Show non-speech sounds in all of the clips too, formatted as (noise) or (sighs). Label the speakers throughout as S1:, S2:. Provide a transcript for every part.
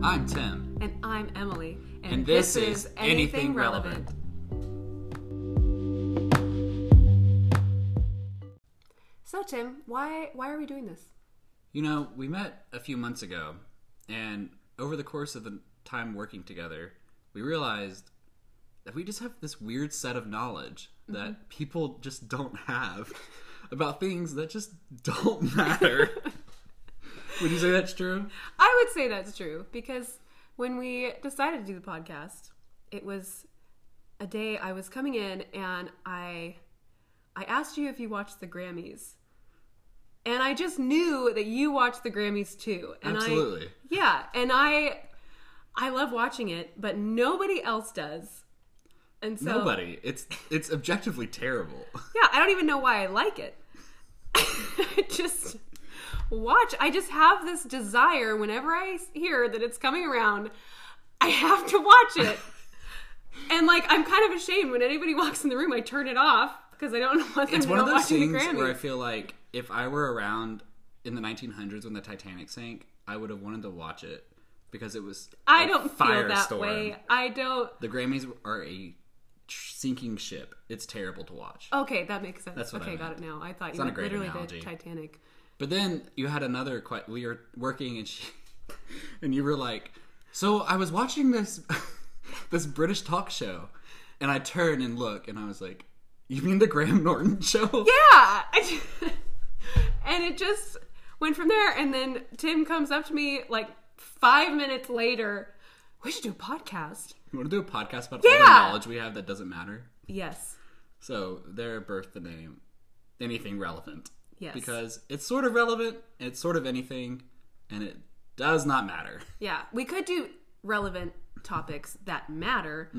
S1: I'm Tim.
S2: And I'm Emily. And,
S1: And this is Anything Relevant.
S2: So Tim, why why are we doing this?
S1: You know, we met a few months ago, and over the course of the time working together, we realized that we just have this weird set of knowledge
S2: Mm-hmm.
S1: that people just don't have (laughs) about things that just don't (laughs)
S2: (laughs)
S1: matter. Would you say that's true?
S2: I would say that's true because when we decided to do the podcast, it was a day I was coming in and I I asked you if you watched the Grammys. And I just knew that you watched the Grammys too. And I,
S1: Absolutely.
S2: yeah, and I I love watching it, but nobody else does. And so
S1: Nobody. It's it's objectively terrible.
S2: yeah, I don't even know why I like it. (laughs) I just watch. I just have this desire whenever I s- hear that it's coming around, I have to watch
S1: (laughs)
S2: it. and like, I'm kind of ashamed when anybody walks in the room, I turn it off because I don't want them
S1: It's
S2: to
S1: one
S2: know
S1: of those
S2: watching
S1: things
S2: the Grammys.
S1: where I feel like if I were around in the 1900s when the Titanic sank, I would have wanted to watch it because it was.
S2: I
S1: a
S2: don't feel
S1: firestorm.
S2: that way. I don't.
S1: The Grammys are a tr- sinking ship. It's terrible to watch.
S2: Okay, that makes sense.
S1: That's what I
S2: okay, got
S1: meant.
S2: it now. I thought you
S1: not
S2: were
S1: a great
S2: literally
S1: analogy.
S2: did Titanic.
S1: But then you had another. que- We were working and she, (laughs) and you were like, "So I was watching this, (laughs) this British talk show, and I turned and look, and I was like." You mean the Graham Norton (laughs) show?
S2: Yeah. (laughs) I ju- and it just went from there. And then Tim comes up to me like five minutes later. We should do a podcast.
S1: You want to do a podcast about all the
S2: Yeah.
S1: knowledge we have that doesn't matter?
S2: Yes.
S1: So their birth, the name, anything relevant.
S2: Yes.
S1: Because it's sort of relevant, it's sort of anything, and it does not matter.
S2: Yeah. We could do relevant topics that matter,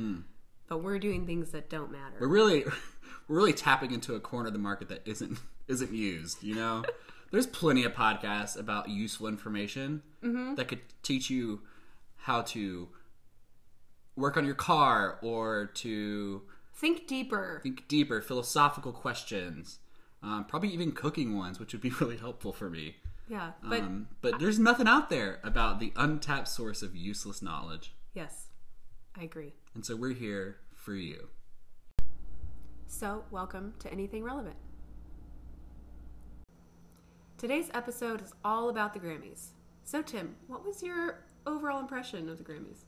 S2: but we're doing things that don't matter.
S1: Mm. We're really (laughs) we're really tapping into a corner of the market that isn't (laughs) isn't used, you know? There's plenty of podcasts about useful information that could teach you how to work on your car or to
S2: Think deeper.
S1: think deeper, philosophical questions. Um, probably even cooking ones, which would be (laughs) really helpful for me.
S2: Yeah. But
S1: um, but there's nothing out there about the untapped source of useless knowledge.
S2: yes, I agree.
S1: And so we're here for you.
S2: So, welcome to Anything Relevant. Today's episode is all about the Grammys. So, Tim, what was your overall impression of the Grammys?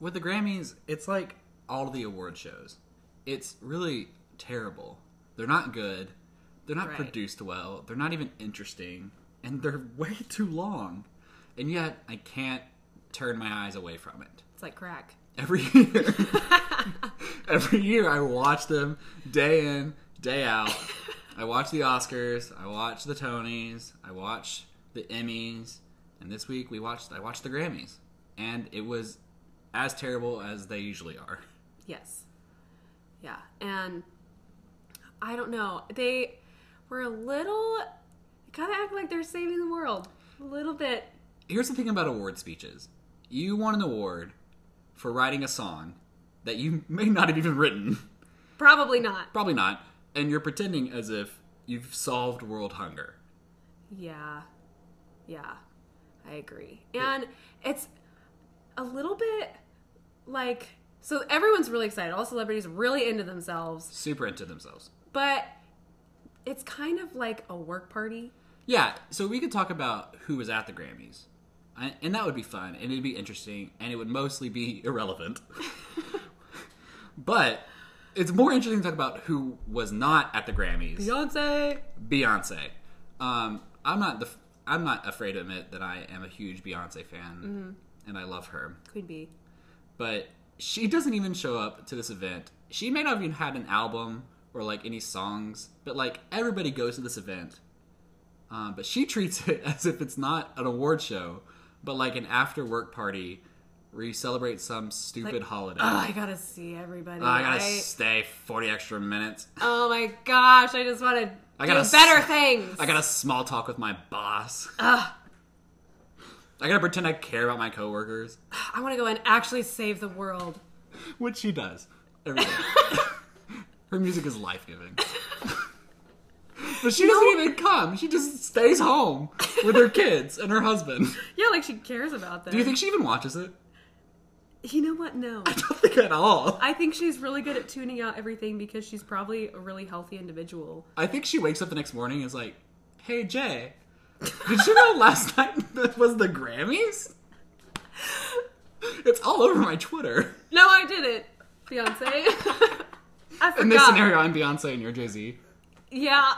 S1: With the Grammys, it's like all of the award shows. It's really terrible. They're not good. They're not
S2: Right.
S1: produced well. They're not even interesting. And they're (laughs) way too long. And yet, I can't turn my eyes away from it.
S2: It's like crack.
S1: Every year, (laughs) every year I watch them day in, day out. I watch the Oscars, I watch the Tonys, I watch the Emmys, and this week we watched I watched the Grammys, and it was as terrible as they usually are.
S2: Yes. Yeah. And I don't know. They were a little kind of act like they're saving the world a little bit.
S1: Here's the thing about award speeches: you won an award for writing a song that you (laughs) may not have even written,
S2: Probably not.
S1: probably not, and you're pretending as if you've solved world hunger.
S2: Yeah. Yeah. I agree. And it's a little bit like so everyone's really excited. All celebrities really into themselves,
S1: Super into themselves.
S2: but it's kind of like a work party.
S1: Yeah, so we could talk about who was at the Grammys, I, and that would be fun, and it'd be interesting, and it would mostly be (laughs) irrelevant. but it's more interesting to talk about who was not at the Grammys.
S2: Beyonce.
S1: Beyonce. Um, I'm not the. f- I'm not afraid to admit that I am a huge Beyonce fan, and I love her.
S2: Queen Bee.
S1: But she doesn't even show up to this event. She may not have even had an album or like any songs, but like everybody goes to this event. Um, but she (laughs) treats it as if it's not an award show, but like an after work party where you celebrate some stupid
S2: Like,
S1: holiday.
S2: Oh, I gotta see everybody.
S1: I gotta
S2: right?
S1: stay 40 extra minutes.
S2: Oh my gosh, I just want to
S1: I
S2: do
S1: gotta
S2: better
S1: s-
S2: things.
S1: I gotta small talk with my boss. I gotta pretend I care about my coworkers,
S2: I want to go and actually save the world.
S1: which she does. every day. Her music is life giving. But she doesn't even come. She just stays home with her kids and her husband.
S2: Yeah, like she cares about that.
S1: Do you think she even watches it? (laughs)
S2: You know what? No.
S1: I don't think at all.
S2: I think she's really good at tuning out everything because she's probably a really healthy individual.
S1: I think she wakes up the next morning and is like, hey, Jay, did you know last (laughs) night that was the Grammys? It's all over my Twitter.
S2: (laughs) No, I didn't, Beyonce. (laughs) I forgot.
S1: In this scenario, I'm Beyonce and you're Jay Z.
S2: Yeah.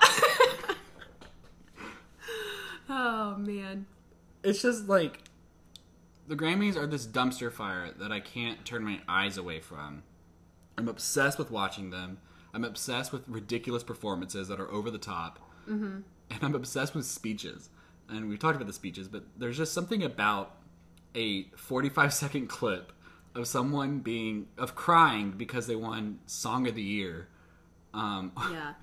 S2: (laughs) oh man.
S1: It's just like the Grammys are this dumpster fire that I can't turn my eyes away from. I'm obsessed with watching them. I'm obsessed with ridiculous performances that are over the top. And I'm obsessed with speeches. And we've talked about the speeches, but there's just something about a 45 second clip of someone being, of crying because they won Song of the Year. Um, (laughs)
S2: Yeah.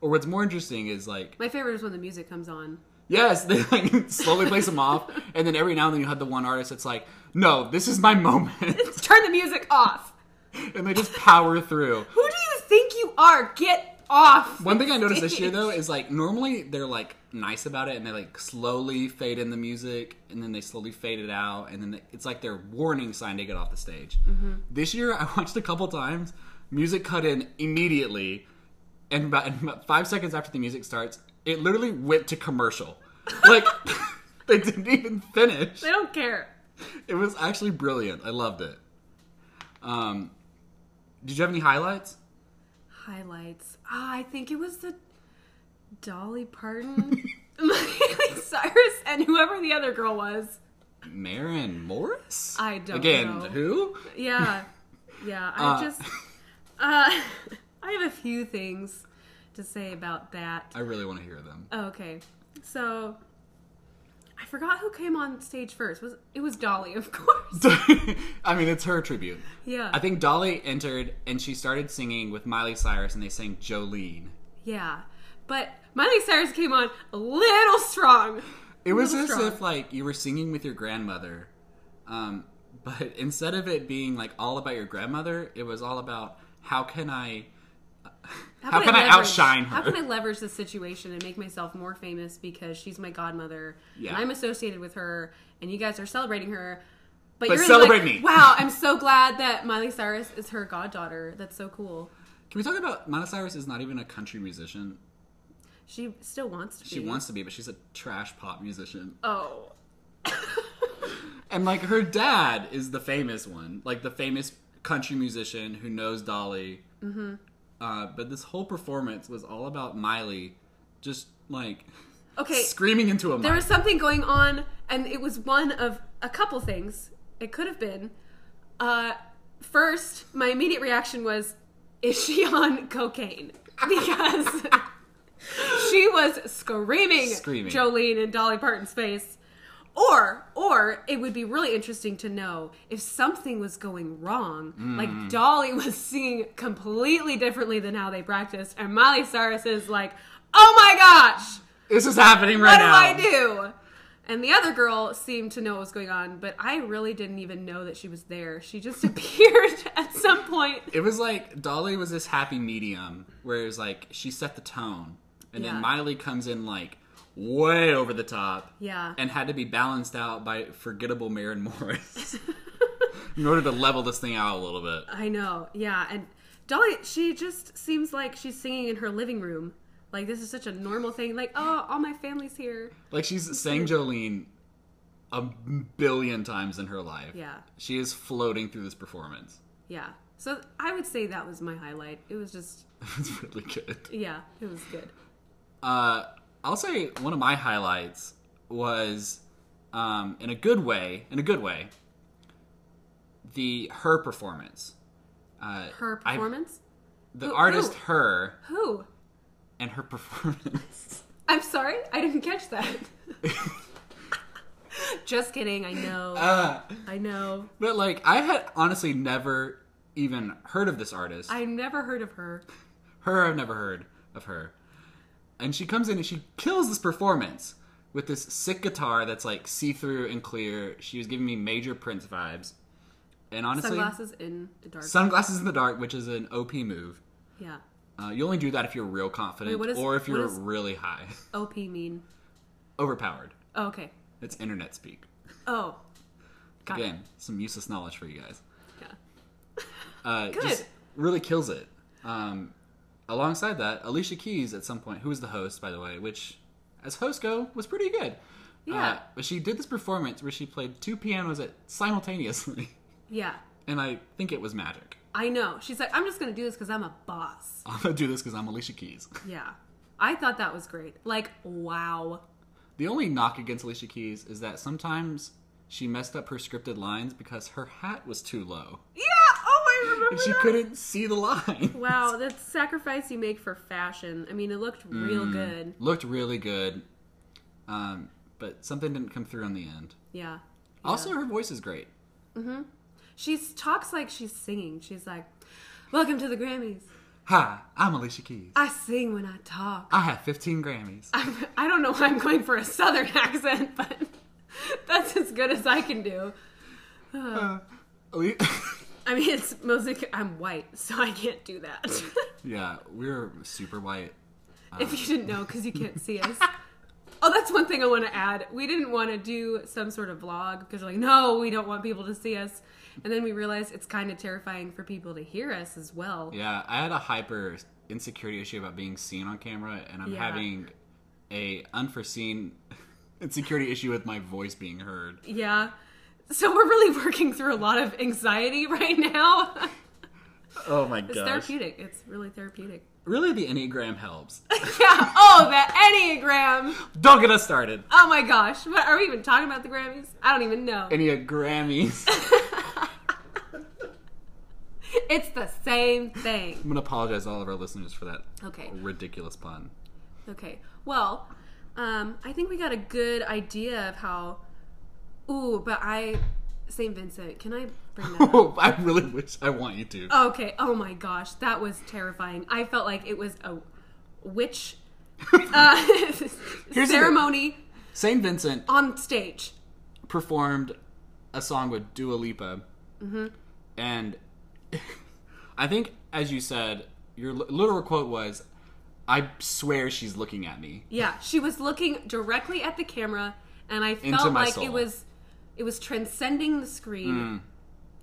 S1: or what's more interesting is like,
S2: My favorite is when the music comes on.
S1: Yes, (laughs) they like slowly place them off, and then every now and then you have the one artist that's like, "No, this is my moment," (laughs)
S2: Turn the music off.
S1: and they just power through.
S2: Who do you think you are? Get off.
S1: One thing I noticed this year though is like normally they're like nice about it, and they like slowly fade in the music, and then they slowly fade it out, and then it's like their warning sign to get off the stage. This year, I watched a couple times, music cut in immediately, and about, and about five seconds after the music starts, it literally went to commercial. Like (laughs) they didn't even finish.
S2: They don't care.
S1: It was actually brilliant. I loved it. Um, did you have any highlights?
S2: Highlights. Ah, I think it was the Dolly Parton, Miley Cyrus, and whoever the other girl was.
S1: Marin Morris?
S2: I don't
S1: Again,
S2: know.
S1: who?
S2: Yeah. Yeah. I
S1: Uh.
S2: just uh (laughs) I have a few things to say about that.
S1: I really want to hear them. (laughs)
S2: Okay. So I forgot who came on stage first. Was it was Dolly, of course.
S1: (laughs) I mean, it's her tribute.
S2: Yeah.
S1: I think Dolly entered and she started singing with Miley Cyrus and they sang Jolene.
S2: yeah. But Miley Cyrus came on a little strong.
S1: It was
S2: little
S1: as
S2: strong.
S1: if like you were singing with your grandmother, um, but instead of it being like all about your grandmother, it was all about how can I, how, can I,
S2: leverage-
S1: outshine her?
S2: How can I leverage this situation and make myself more famous because she's my godmother
S1: Yeah.
S2: and I'm associated with her and you guys are celebrating her. But,
S1: But
S2: you're
S1: celebrate
S2: like,
S1: me.
S2: Wow,
S1: (laughs)
S2: I'm so glad that Miley Cyrus is her goddaughter. That's so cool.
S1: Can we talk about Miley Cyrus is not even a country musician.
S2: She still wants to
S1: She
S2: be.
S1: wants to be, but she's a trash pop musician.
S2: Oh.
S1: And like her dad is the famous one, like the famous country musician who knows Dolly. Mm-hmm. Uh, but this whole performance was all about Miley, just like
S2: Okay.
S1: screaming into a
S2: There
S1: mic.
S2: was something going on, and it was one of a couple things. It could have been. Uh, first, my immediate reaction was, "Is she on cocaine?" (laughs) Because she was screaming,
S1: Screaming.
S2: Jolene and Dolly Parton's face. Or, or it would be really interesting to know if something was going wrong. Like Dolly was singing completely differently than how they practiced, and Miley Cyrus is like, "Oh my gosh!"
S1: (laughs) this is happening right
S2: what
S1: now.
S2: do I do? And the other girl seemed to know what was going on, but I really didn't even know that she was there. She just (laughs) appeared at some point.
S1: It was like Dolly was this happy medium where it was like she set the tone, and
S2: Yeah.
S1: then Miley comes in like way over the top.
S2: Yeah.
S1: and had to be balanced out by forgettable Marin
S2: (laughs)
S1: Morris in order to level this thing out a little bit.
S2: I know. Yeah. And Dolly, she just seems like she's singing in her living room. Like, this is such a normal thing. Like, oh, all my family's here.
S1: Like she's sang Jolene a billion times in her life.
S2: Yeah.
S1: She is floating through this performance. (laughs)
S2: Yeah. So I would say that was my highlight. It was just,
S1: it's really good.
S2: yeah, it was good.
S1: Uh, I'll say one of my highlights was, um, in a good way, in a good way, the her performance. Uh,
S2: Her
S1: I-
S2: performance?
S1: the
S2: Who-
S1: artist
S2: who?
S1: her
S2: Who?
S1: and her performance.
S2: (laughs) I'm sorry? I didn't
S1: (laughs)
S2: catch that. just kidding. I know.
S1: Uh,
S2: I know.
S1: But like, I had honestly never even heard of this artist.
S2: I never heard of her.
S1: her, I've never heard of her. And she comes in and she kills this performance with this sick guitar that's like see through and clear. She was giving me major Prince vibes. And honestly,
S2: Sunglasses in the dark.
S1: Sunglasses in the dark, which is an OP move.
S2: yeah.
S1: Uh, you only do that if you're real confident
S2: Wait, what is-
S1: or if
S2: what
S1: you're
S2: is-
S1: really high. (laughs)
S2: OP mean?
S1: Overpowered.
S2: Oh, okay.
S1: It's internet speak.
S2: Oh. Got it.
S1: Again, some useless knowledge for you guys.
S2: Yeah.
S1: Uh,
S2: Good.
S1: Just really kills it. Um, alongside that, Alicia Keys at some point, who was the host, by the way, which, as hosts go, was pretty good. Uh,
S2: Yeah.
S1: but she did this performance where she played two pianos at simultaneously, (laughs)
S2: Yeah.
S1: and I think it was magic. (laughs)
S2: I know. She's like, I'm just going to do this because I'm a boss.
S1: I'm gonna do this because I'm Alicia Keys.
S2: Yeah. I thought that was great. Like, wow.
S1: The only knock against Alicia Keys is that sometimes she messed up her scripted lines because her hat was too low
S2: Yeah. Oh, I remember.
S1: and she
S2: that.
S1: couldn't see the line.
S2: Wow, that sacrifice you make for fashion. I mean, it looked real
S1: Mm.
S2: good.
S1: (laughs) Looked really good, um, but something didn't come through in the end.
S2: Yeah.
S1: Also, her voice is great.
S2: She talks like she's singing. She's like, Welcome to the Grammys.
S1: Hi, I'm Alicia Keys.
S2: I sing when I talk.
S1: I have 15 Grammys.
S2: I'm, I don't know why I'm going for a southern accent, but (laughs) that's as good as I can do. Oh.
S1: Uh, Ali-
S2: I mean, it's mostly 'cause I'm white, so I can't do that.
S1: (laughs)
S2: (laughs)
S1: yeah, we're super white.
S2: if you didn't know, because you can't see us. (laughs) Oh, that's one thing I want to add. We didn't want to do some sort of vlog because we're like, no, we don't want people to see us. And then we realized it's kind of terrifying for people to hear us as well.
S1: Yeah, I had a hyper insecurity issue about being seen on camera, and I'm
S2: Yeah.
S1: having a unforeseen (laughs) insecurity issue with my voice being heard.
S2: Yeah. So we're really (laughs) working through a lot of anxiety right now. (laughs)
S1: Oh my
S2: It's therapeutic. It's really therapeutic.
S1: Really, the Enneagram helps.
S2: (laughs) yeah. Oh, the Enneagram.
S1: Don't get us started.
S2: Oh my gosh. What are we even talking about the Grammys? I don't even know.
S1: Enneagrammies.
S2: (laughs) It's the same thing.
S1: I'm gonna apologize to all of our listeners for that
S2: Okay.
S1: ridiculous pun. (laughs)
S2: Okay. Well, um, I think we got a good idea of how. Ooh, but I. St. Vincent. Can I
S1: (laughs)
S2: bring that up?
S1: I really wish I want you to.
S2: Okay. Oh my gosh, that was terrifying. I felt like it was a witch uh, (laughs)
S1: the-
S2: ceremony
S1: Saint Vincent
S2: on stage.
S1: performed a song with Dua Lipa,
S2: Mm-hmm.
S1: and (laughs) I think, as you said, your li- literal quote was, "I swear she's looking at me."
S2: Yeah, she was looking directly at the camera, and I
S1: Into
S2: felt
S1: my
S2: like
S1: soul.
S2: it was it was transcending the screen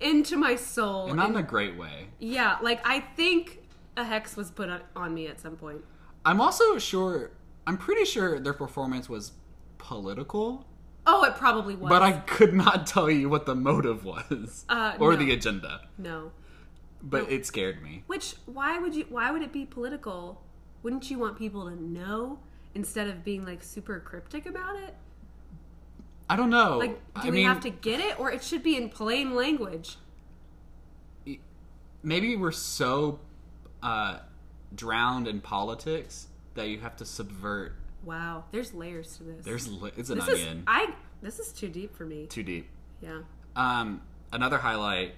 S1: Hmm.
S2: into my soul.
S1: And not
S2: And-
S1: in a great way.
S2: yeah, like I think a hex was put on, on me at some point.
S1: I'm also sure. I'm pretty sure their performance was political,
S2: Oh, it probably was.
S1: but I could not tell you what the motive was
S2: Uh,
S1: or
S2: no.
S1: the agenda.
S2: no.
S1: But it scared me.
S2: Which why would you why would it be political? Wouldn't you want people to know instead of being like super cryptic about it?
S1: I don't know.
S2: Like do
S1: I
S2: we
S1: mean,
S2: have to get it or it should be in plain language?
S1: maybe we're so uh, drowned in politics that you have to subvert.
S2: Wow, there's layers to this.
S1: There's li- it's an
S2: this is
S1: onion.
S2: I this is too deep for me.
S1: Too deep.
S2: Yeah.
S1: Um, another highlight,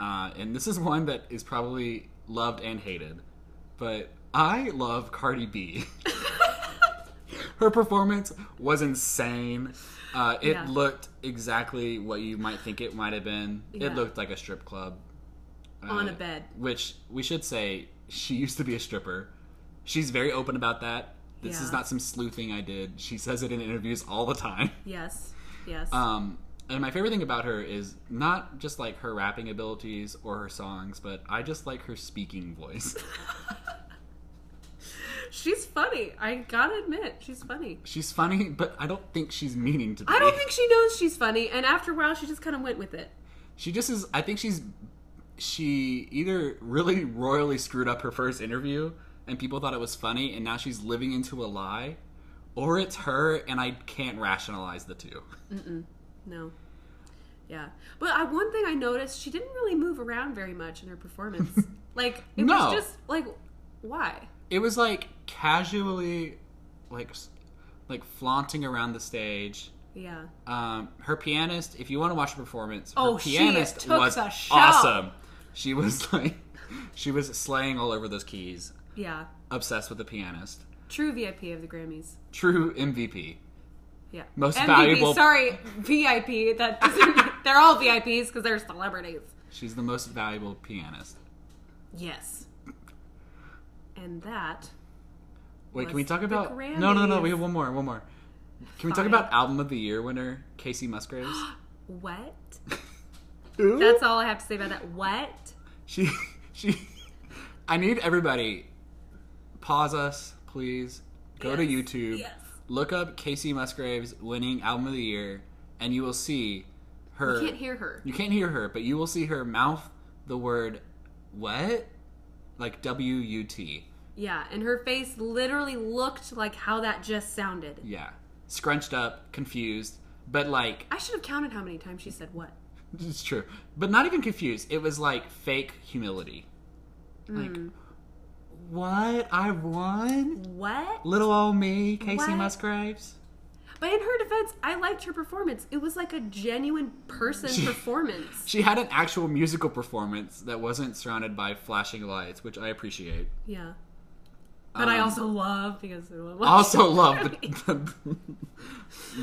S1: uh, and this is (laughs) one that is probably loved and hated, but I love Cardi
S2: (laughs)
S1: B. Her performance was insane. Uh, it
S2: Yeah.
S1: looked exactly what you might think it might have been.
S2: Yeah.
S1: It looked like a strip club.
S2: On
S1: Uh,
S2: a bed.
S1: Which we should say, she used to be a stripper. She's very open about that. This is
S2: Yeah.
S1: not some sleuthing I did. She says it in interviews all the time.
S2: Yes. Yes.
S1: Um, and my favorite thing about her is not just like her rapping abilities or her songs, but I just like her speaking
S2: (laughs)
S1: voice.
S2: she's funny. I gotta admit, she's funny.
S1: she's funny, but I don't think she's meaning to be.
S2: I don't think she knows she's funny, and after a while, she just kind of went with it.
S1: she just is. I think she's she either really royally screwed up her first interview and people thought it was funny, and now she's living into a lie, or it's her, and I can't rationalize the two.
S2: No. Yeah. But I, one thing I noticed, she didn't really move around very much in
S1: (laughs)
S2: her performance. like, it
S1: No.
S2: was just, like, why?
S1: it was like casually, like s- like flaunting around the stage.
S2: Yeah.
S1: Um, her pianist, if you want to watch her performance, her
S2: Oh, she
S1: pianist
S2: took
S1: was
S2: the show.
S1: awesome. She was (laughs) like, she was slaying all over those keys.
S2: Yeah.
S1: Obsessed with the pianist.
S2: True VIP of the Grammys.
S1: True MVP.
S2: Yeah.
S1: Most
S2: MVP,
S1: valuable-
S2: Sorry, VIP.
S1: (laughs)
S2: That doesn't, they're all VIPs because they're celebrities.
S1: She's the most valuable pianist.
S2: Yes. And that
S1: Wait, can we
S2: was
S1: talk
S2: the
S1: about? No, no, no.
S2: Grammys.
S1: We have one more. One more. Can we talk
S2: Fine.
S1: about album of the year winner Casey
S2: (gasps)
S1: Musgraves?
S2: what?
S1: Who?
S2: That's all I have to say about that. What?
S1: She (laughs) she I need everybody pause us, please. Go to
S2: Yes,
S1: YouTube.
S2: yes.
S1: Look up Casey Musgraves winning album of the year and you will see her
S2: You can't hear her.
S1: You can't hear her, but you will see her mouth the word what? Like W U T.
S2: Yeah, and her face literally looked like how that just sounded.
S1: Yeah. Scrunched up, confused, but like (laughs)
S2: I should have counted how many times she said what.
S1: It's true. But not even confused. It was like fake humility.
S2: Hmm.
S1: Like, what? I won?
S2: What?
S1: Little old me, Casey
S2: What?
S1: Musgraves?
S2: But in her defense, I liked her performance. It was like a genuine
S1: (laughs)
S2: person performance.
S1: She had an actual musical performance that wasn't surrounded by flashing lights, which I appreciate.
S2: Yeah. But I
S1: Um,
S2: also love because
S1: I
S2: (sighs) (laughs)
S1: also love the, the,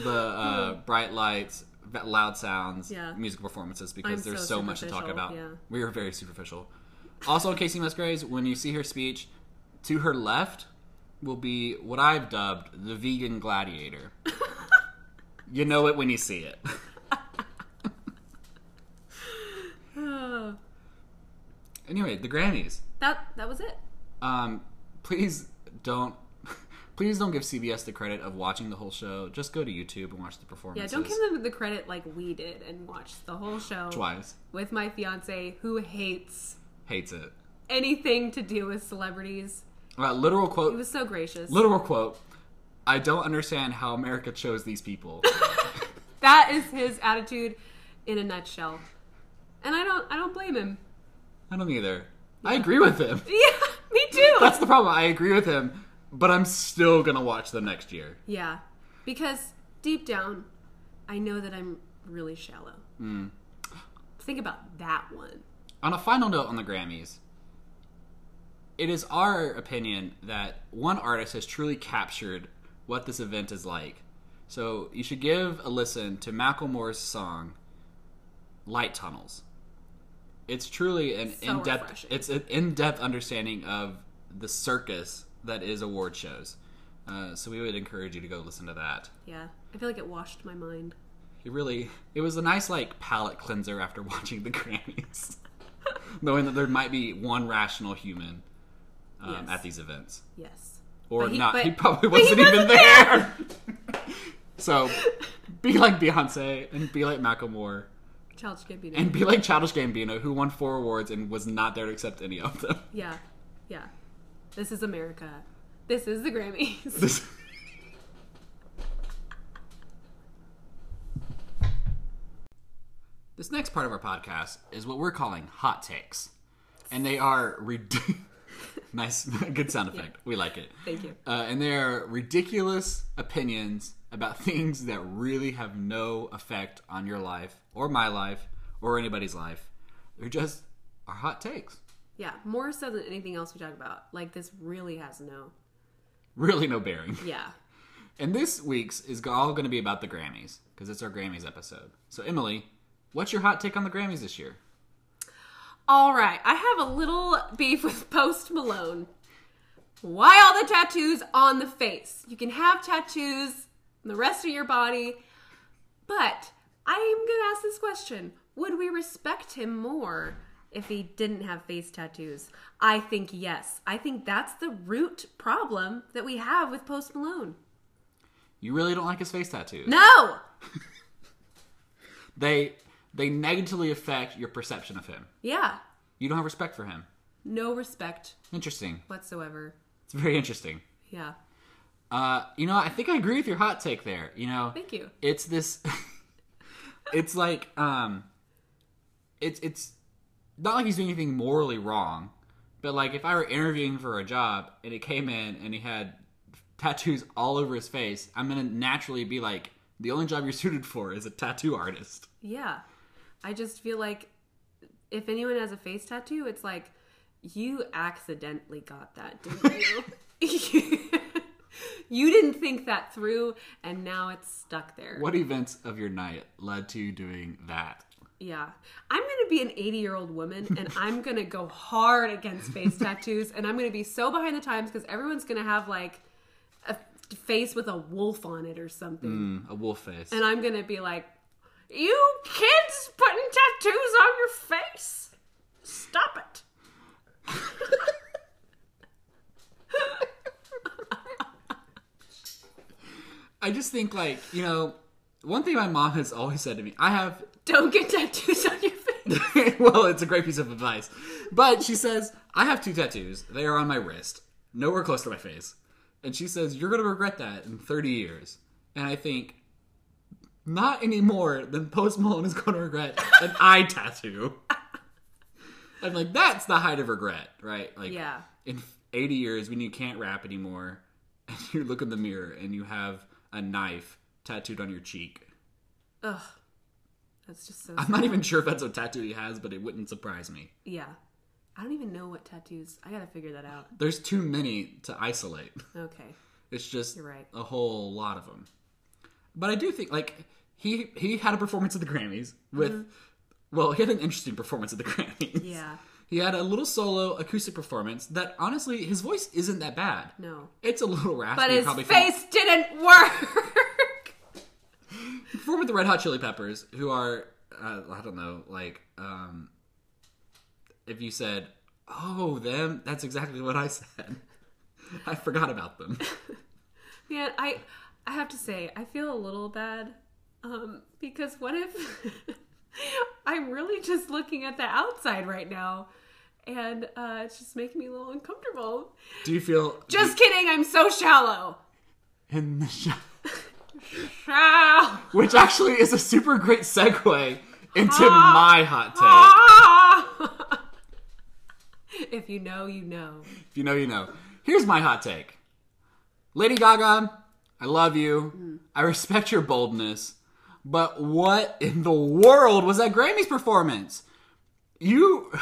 S1: the, uh, bright lights, that loud sounds,
S2: Yeah.
S1: musical performances because
S2: I'm
S1: there's
S2: so
S1: so, much to talk
S2: superficial,
S1: about.
S2: yeah.
S1: We were very superficial. Also, Casey Musgraves, when you see her speech, to her left will be what I've dubbed the vegan
S2: (laughs)
S1: gladiator. you know it when you see it.
S2: Oh,
S1: anyway, the Grammys.
S2: that that was it.
S1: Um, please don't. (laughs) Please don't give CBS the credit of watching the whole show. Just go to YouTube and watch the
S2: Yeah,
S1: performances.
S2: don't give them the credit like we did and watched the whole show
S1: twice.
S2: with my fiance who hates
S1: Hates it.
S2: anything to do with celebrities.
S1: Uh, literal
S2: It
S1: quote.
S2: was so gracious.
S1: Literal quote. I don't understand how America chose these people.
S2: that is his attitude in a nutshell. And I don't I don't blame him. (laughs)
S1: I don't either. I agree with him.
S2: Yeah, me too.
S1: That's the problem. I agree with him, but I'm still gonna watch them next year.
S2: yeah. Because deep down, I know that I'm really shallow.
S1: Mm.
S2: Think about that one.
S1: On a final note on the Grammys, it is our opinion that one artist has truly captured what this event is like. So you should give a listen to Macklemore's song "Light Tunnels." It's truly an
S2: So
S1: in-depth.
S2: refreshing.
S1: It's an in-depth understanding of the circus that is award shows. Uh, so we would encourage you to go listen to that.
S2: Yeah. I feel like it washed my mind.
S1: It really, it was a nice like palate cleanser after (laughs) watching the Grammys, (laughs) knowing that there might be one rational human um,
S2: Yes.
S1: at these events,
S2: Yes.
S1: or
S2: But he-
S1: not.
S2: but-
S1: he probably
S2: but he
S1: wasn't even
S2: wasn't
S1: there. (laughs) so, be like Beyonce and be like Macklemore
S2: Childish Gambino.
S1: and be like Childish Gambino, who won four awards and was not there to accept any of them.
S2: yeah. Yeah. This is America. This is the Grammys. (laughs)
S1: This- This next part of our podcast is what we're calling hot takes. And they are ridiculous. (laughs) nice, good sound effect. We like it.
S2: Thank you.
S1: Uh, and they are ridiculous opinions about (laughs) things that really have no effect on your life or my life or anybody's life. They're just our hot takes.
S2: Yeah, more so than anything else we talk about. Like this really has no.
S1: Really no bearing.
S2: Yeah.
S1: And this week's is all going to be about the Grammys because it's our Grammys episode. So Emily, what's your hot take on the Grammys this year?
S2: All right, I have a little beef with Post Malone. Why all the tattoos on the face? You can have tattoos on the rest of your body, but I am gonna ask this question: Would we respect him more if he didn't have face tattoos? I think yes. I think that's the root problem that we have with Post Malone.
S1: You really don't like his face tattoos.
S2: No,
S1: They they negatively affect your perception of him.
S2: yeah,
S1: You don't have respect for him.
S2: no respect
S1: Interesting.
S2: whatsoever.
S1: It's very interesting.
S2: Yeah,
S1: Uh, you know, I think I agree with your hot take there. You know,
S2: thank you.
S1: it's this (laughs) it's like um it's it's not like he's doing anything morally wrong but like if i were interviewing for a job and it came in and he had tattoos all over his face i'm gonna naturally be like the only job you're (laughs) suited for is a tattoo artist
S2: Yeah. I just feel like if anyone has a face tattoo, it's like you accidentally got that, didn't you? (laughs) you didn't think that through and now it's stuck there.
S1: what events of your night led to you doing that
S2: Yeah. I'm going to be an 80 year old woman and I'm going to go hard against face tattoos and I'm going to be so behind the times because everyone's going to have like a face with a wolf on it or something.
S1: Mm, a wolf face.
S2: And I'm going to be like, you kids putting tattoos on your face? Stop it.
S1: I just think like you know, one thing my mom has always said to me. I have
S2: Don't get tattoos on your
S1: (laughs)
S2: face.
S1: well, it's a great piece of advice. But she says, I have two tattoos. They are on my wrist, nowhere close to my face. And she says, You're going to regret that in 30 years. And I think, not any more than Post Malone is going to regret an eye tattoo. I'm like, that's the height of regret, right? Like,
S2: Yeah.
S1: in 80 years, when you can't rap anymore, and you look in the mirror and you have a knife tattooed on your cheek.
S2: Ugh. That's just so.
S1: I'm not even sure if that's a tattoo he has, but it wouldn't surprise me.
S2: Yeah. I don't even know what tattoos. I gotta figure that out.
S1: There's too many to isolate.
S2: Okay.
S1: It's just
S2: You're right.
S1: a whole lot of them. But I do think like he he had a performance at the Grammys with well, he had an interesting performance at the (laughs) Grammys.
S2: Mm-hmm. Yeah.
S1: He had a little solo acoustic performance that honestly his voice isn't that bad.
S2: No.
S1: It's a little raspy
S2: But his
S1: probably from-
S2: face didn't work. (laughs)
S1: he performed with the Red Hot Chili Peppers who are uh, I don't know like um if you said oh them that's exactly what I said. (laughs) I forgot about them.
S2: Yeah, I I have to say, I feel a little bad um, because what if (laughs) I'm really just looking at the outside right now, and uh, it's just making me a little uncomfortable.
S1: Do you feel
S2: Just kidding, I'm so shallow.
S1: in the shot?
S2: Shallow.
S1: which actually is a super great segue into my hot take.
S2: Ah! if you know, you know.
S1: If you know, you know. Here's my hot take Lady Gaga, I love you. I respect your boldness. But what in the world was that Grammy's performance? You. (laughs)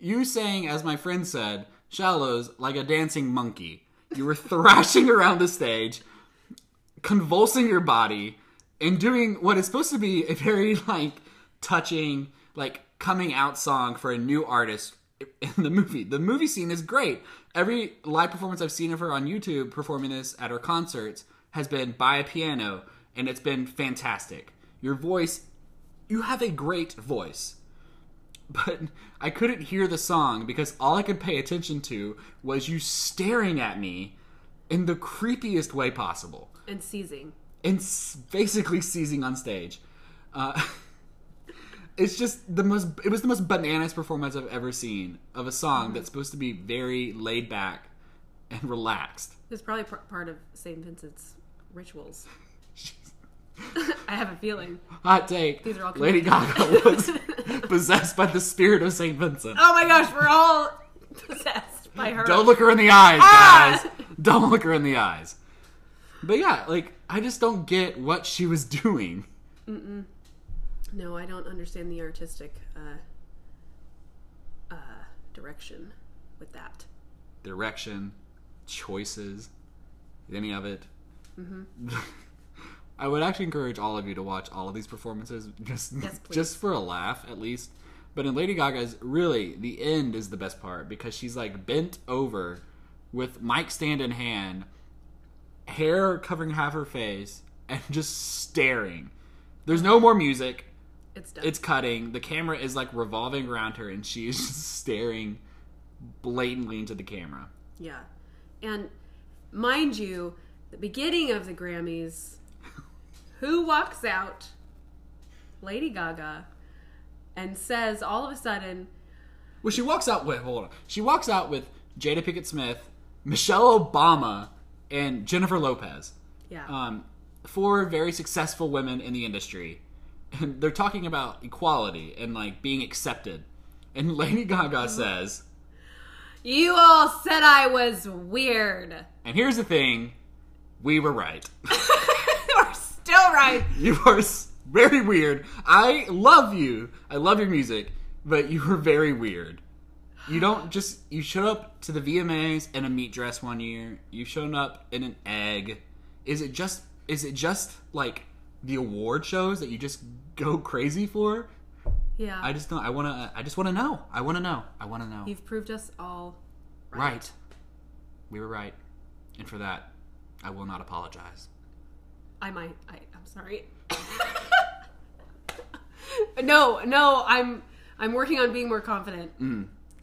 S1: You sang, as my friend said, shallows like a dancing monkey. You were (laughs) thrashing around the stage, convulsing your body, and doing what is supposed to be a very, (laughs) like, touching, like, coming out song for a new artist in the movie. The movie scene is great. Every live performance I've seen of her on YouTube performing this at her concerts has been by a piano, and it's been fantastic. Your voice, you have a great voice (laughs) but I couldn't hear the song because all I could pay attention to was you staring at me in the creepiest way possible
S2: And seizing.
S1: and s- basically seizing on stage. Uh, (laughs) it's just the most. It was the most bananas performance I've ever seen of a
S2: Mm-hmm.
S1: song that's supposed to be very laid back and relaxed.
S2: It's probably par- part of St. Vincent's
S1: (laughs)
S2: rituals. I have a feeling.
S1: Hot take.
S2: These are all
S1: Lady Gaga
S2: connected.
S1: was
S2: (laughs)
S1: possessed by the spirit of Saint Vincent.
S2: Oh my gosh, we're all possessed by her.
S1: Don't look her in the eyes,
S2: Ah!
S1: guys. Don't look her in the eyes. But yeah, like I just don't get what she was (laughs) doing.
S2: No, I don't understand the artistic uh, uh, direction with that.
S1: Direction, choices, any of it.
S2: Mm-hmm.
S1: (laughs) I would actually encourage all of you to watch all of these performances (laughs) just
S2: Yes, please.
S1: just for a laugh at least. But in Lady Gaga's, really, the end is the best part because she's like bent over with mic stand in hand, hair covering half her face, and (laughs) just staring. There's no more music.
S2: It's done.
S1: it's cutting. The camera is like revolving around her, and she is (laughs) just staring blatantly into the camera.
S2: yeah. And mind you, the beginning of the Grammys, who walks out? Lady Gaga. And says all of a sudden,
S1: Well, she walks out with hold on. She walks out with Jada Pickett Smith, Michelle Obama, and Jennifer Lopez.
S2: yeah,
S1: Um, four very successful women in the industry, (laughs) and they're talking about equality and like being accepted. And (laughs) Lady Gaga says,
S2: you all said I was weird. (laughs)
S1: "And here's the thing, we were right."
S2: We're still right.
S1: You are s- very weird. I love you. I love your music, but you were very weird. You don't just you showed up to the VMAs in a meat dress one year. You've shown up in an egg. Is it just is it just like the award shows that you just go crazy for?
S2: Yeah.
S1: I just know. I want to. I just want to know. I want to know. I want to know.
S2: You've proved us all
S1: right. We were right, and for that, I will not apologize.
S2: I might. I, I'm sorry. (laughs) no, no, I'm. I'm working on being more confident.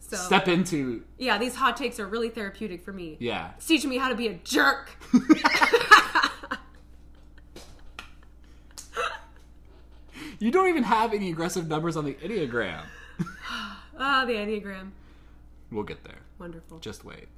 S2: So
S1: Mm. Step into
S2: yeah, these hot takes are really therapeutic for me. (laughs)
S1: yeah.
S2: It's teaching me how to be a jerk. (laughs)
S1: You don't even have any aggressive numbers on the enneagram.
S2: Ah, the enneagram.
S1: We'll get there.
S2: Wonderful.
S1: Just wait.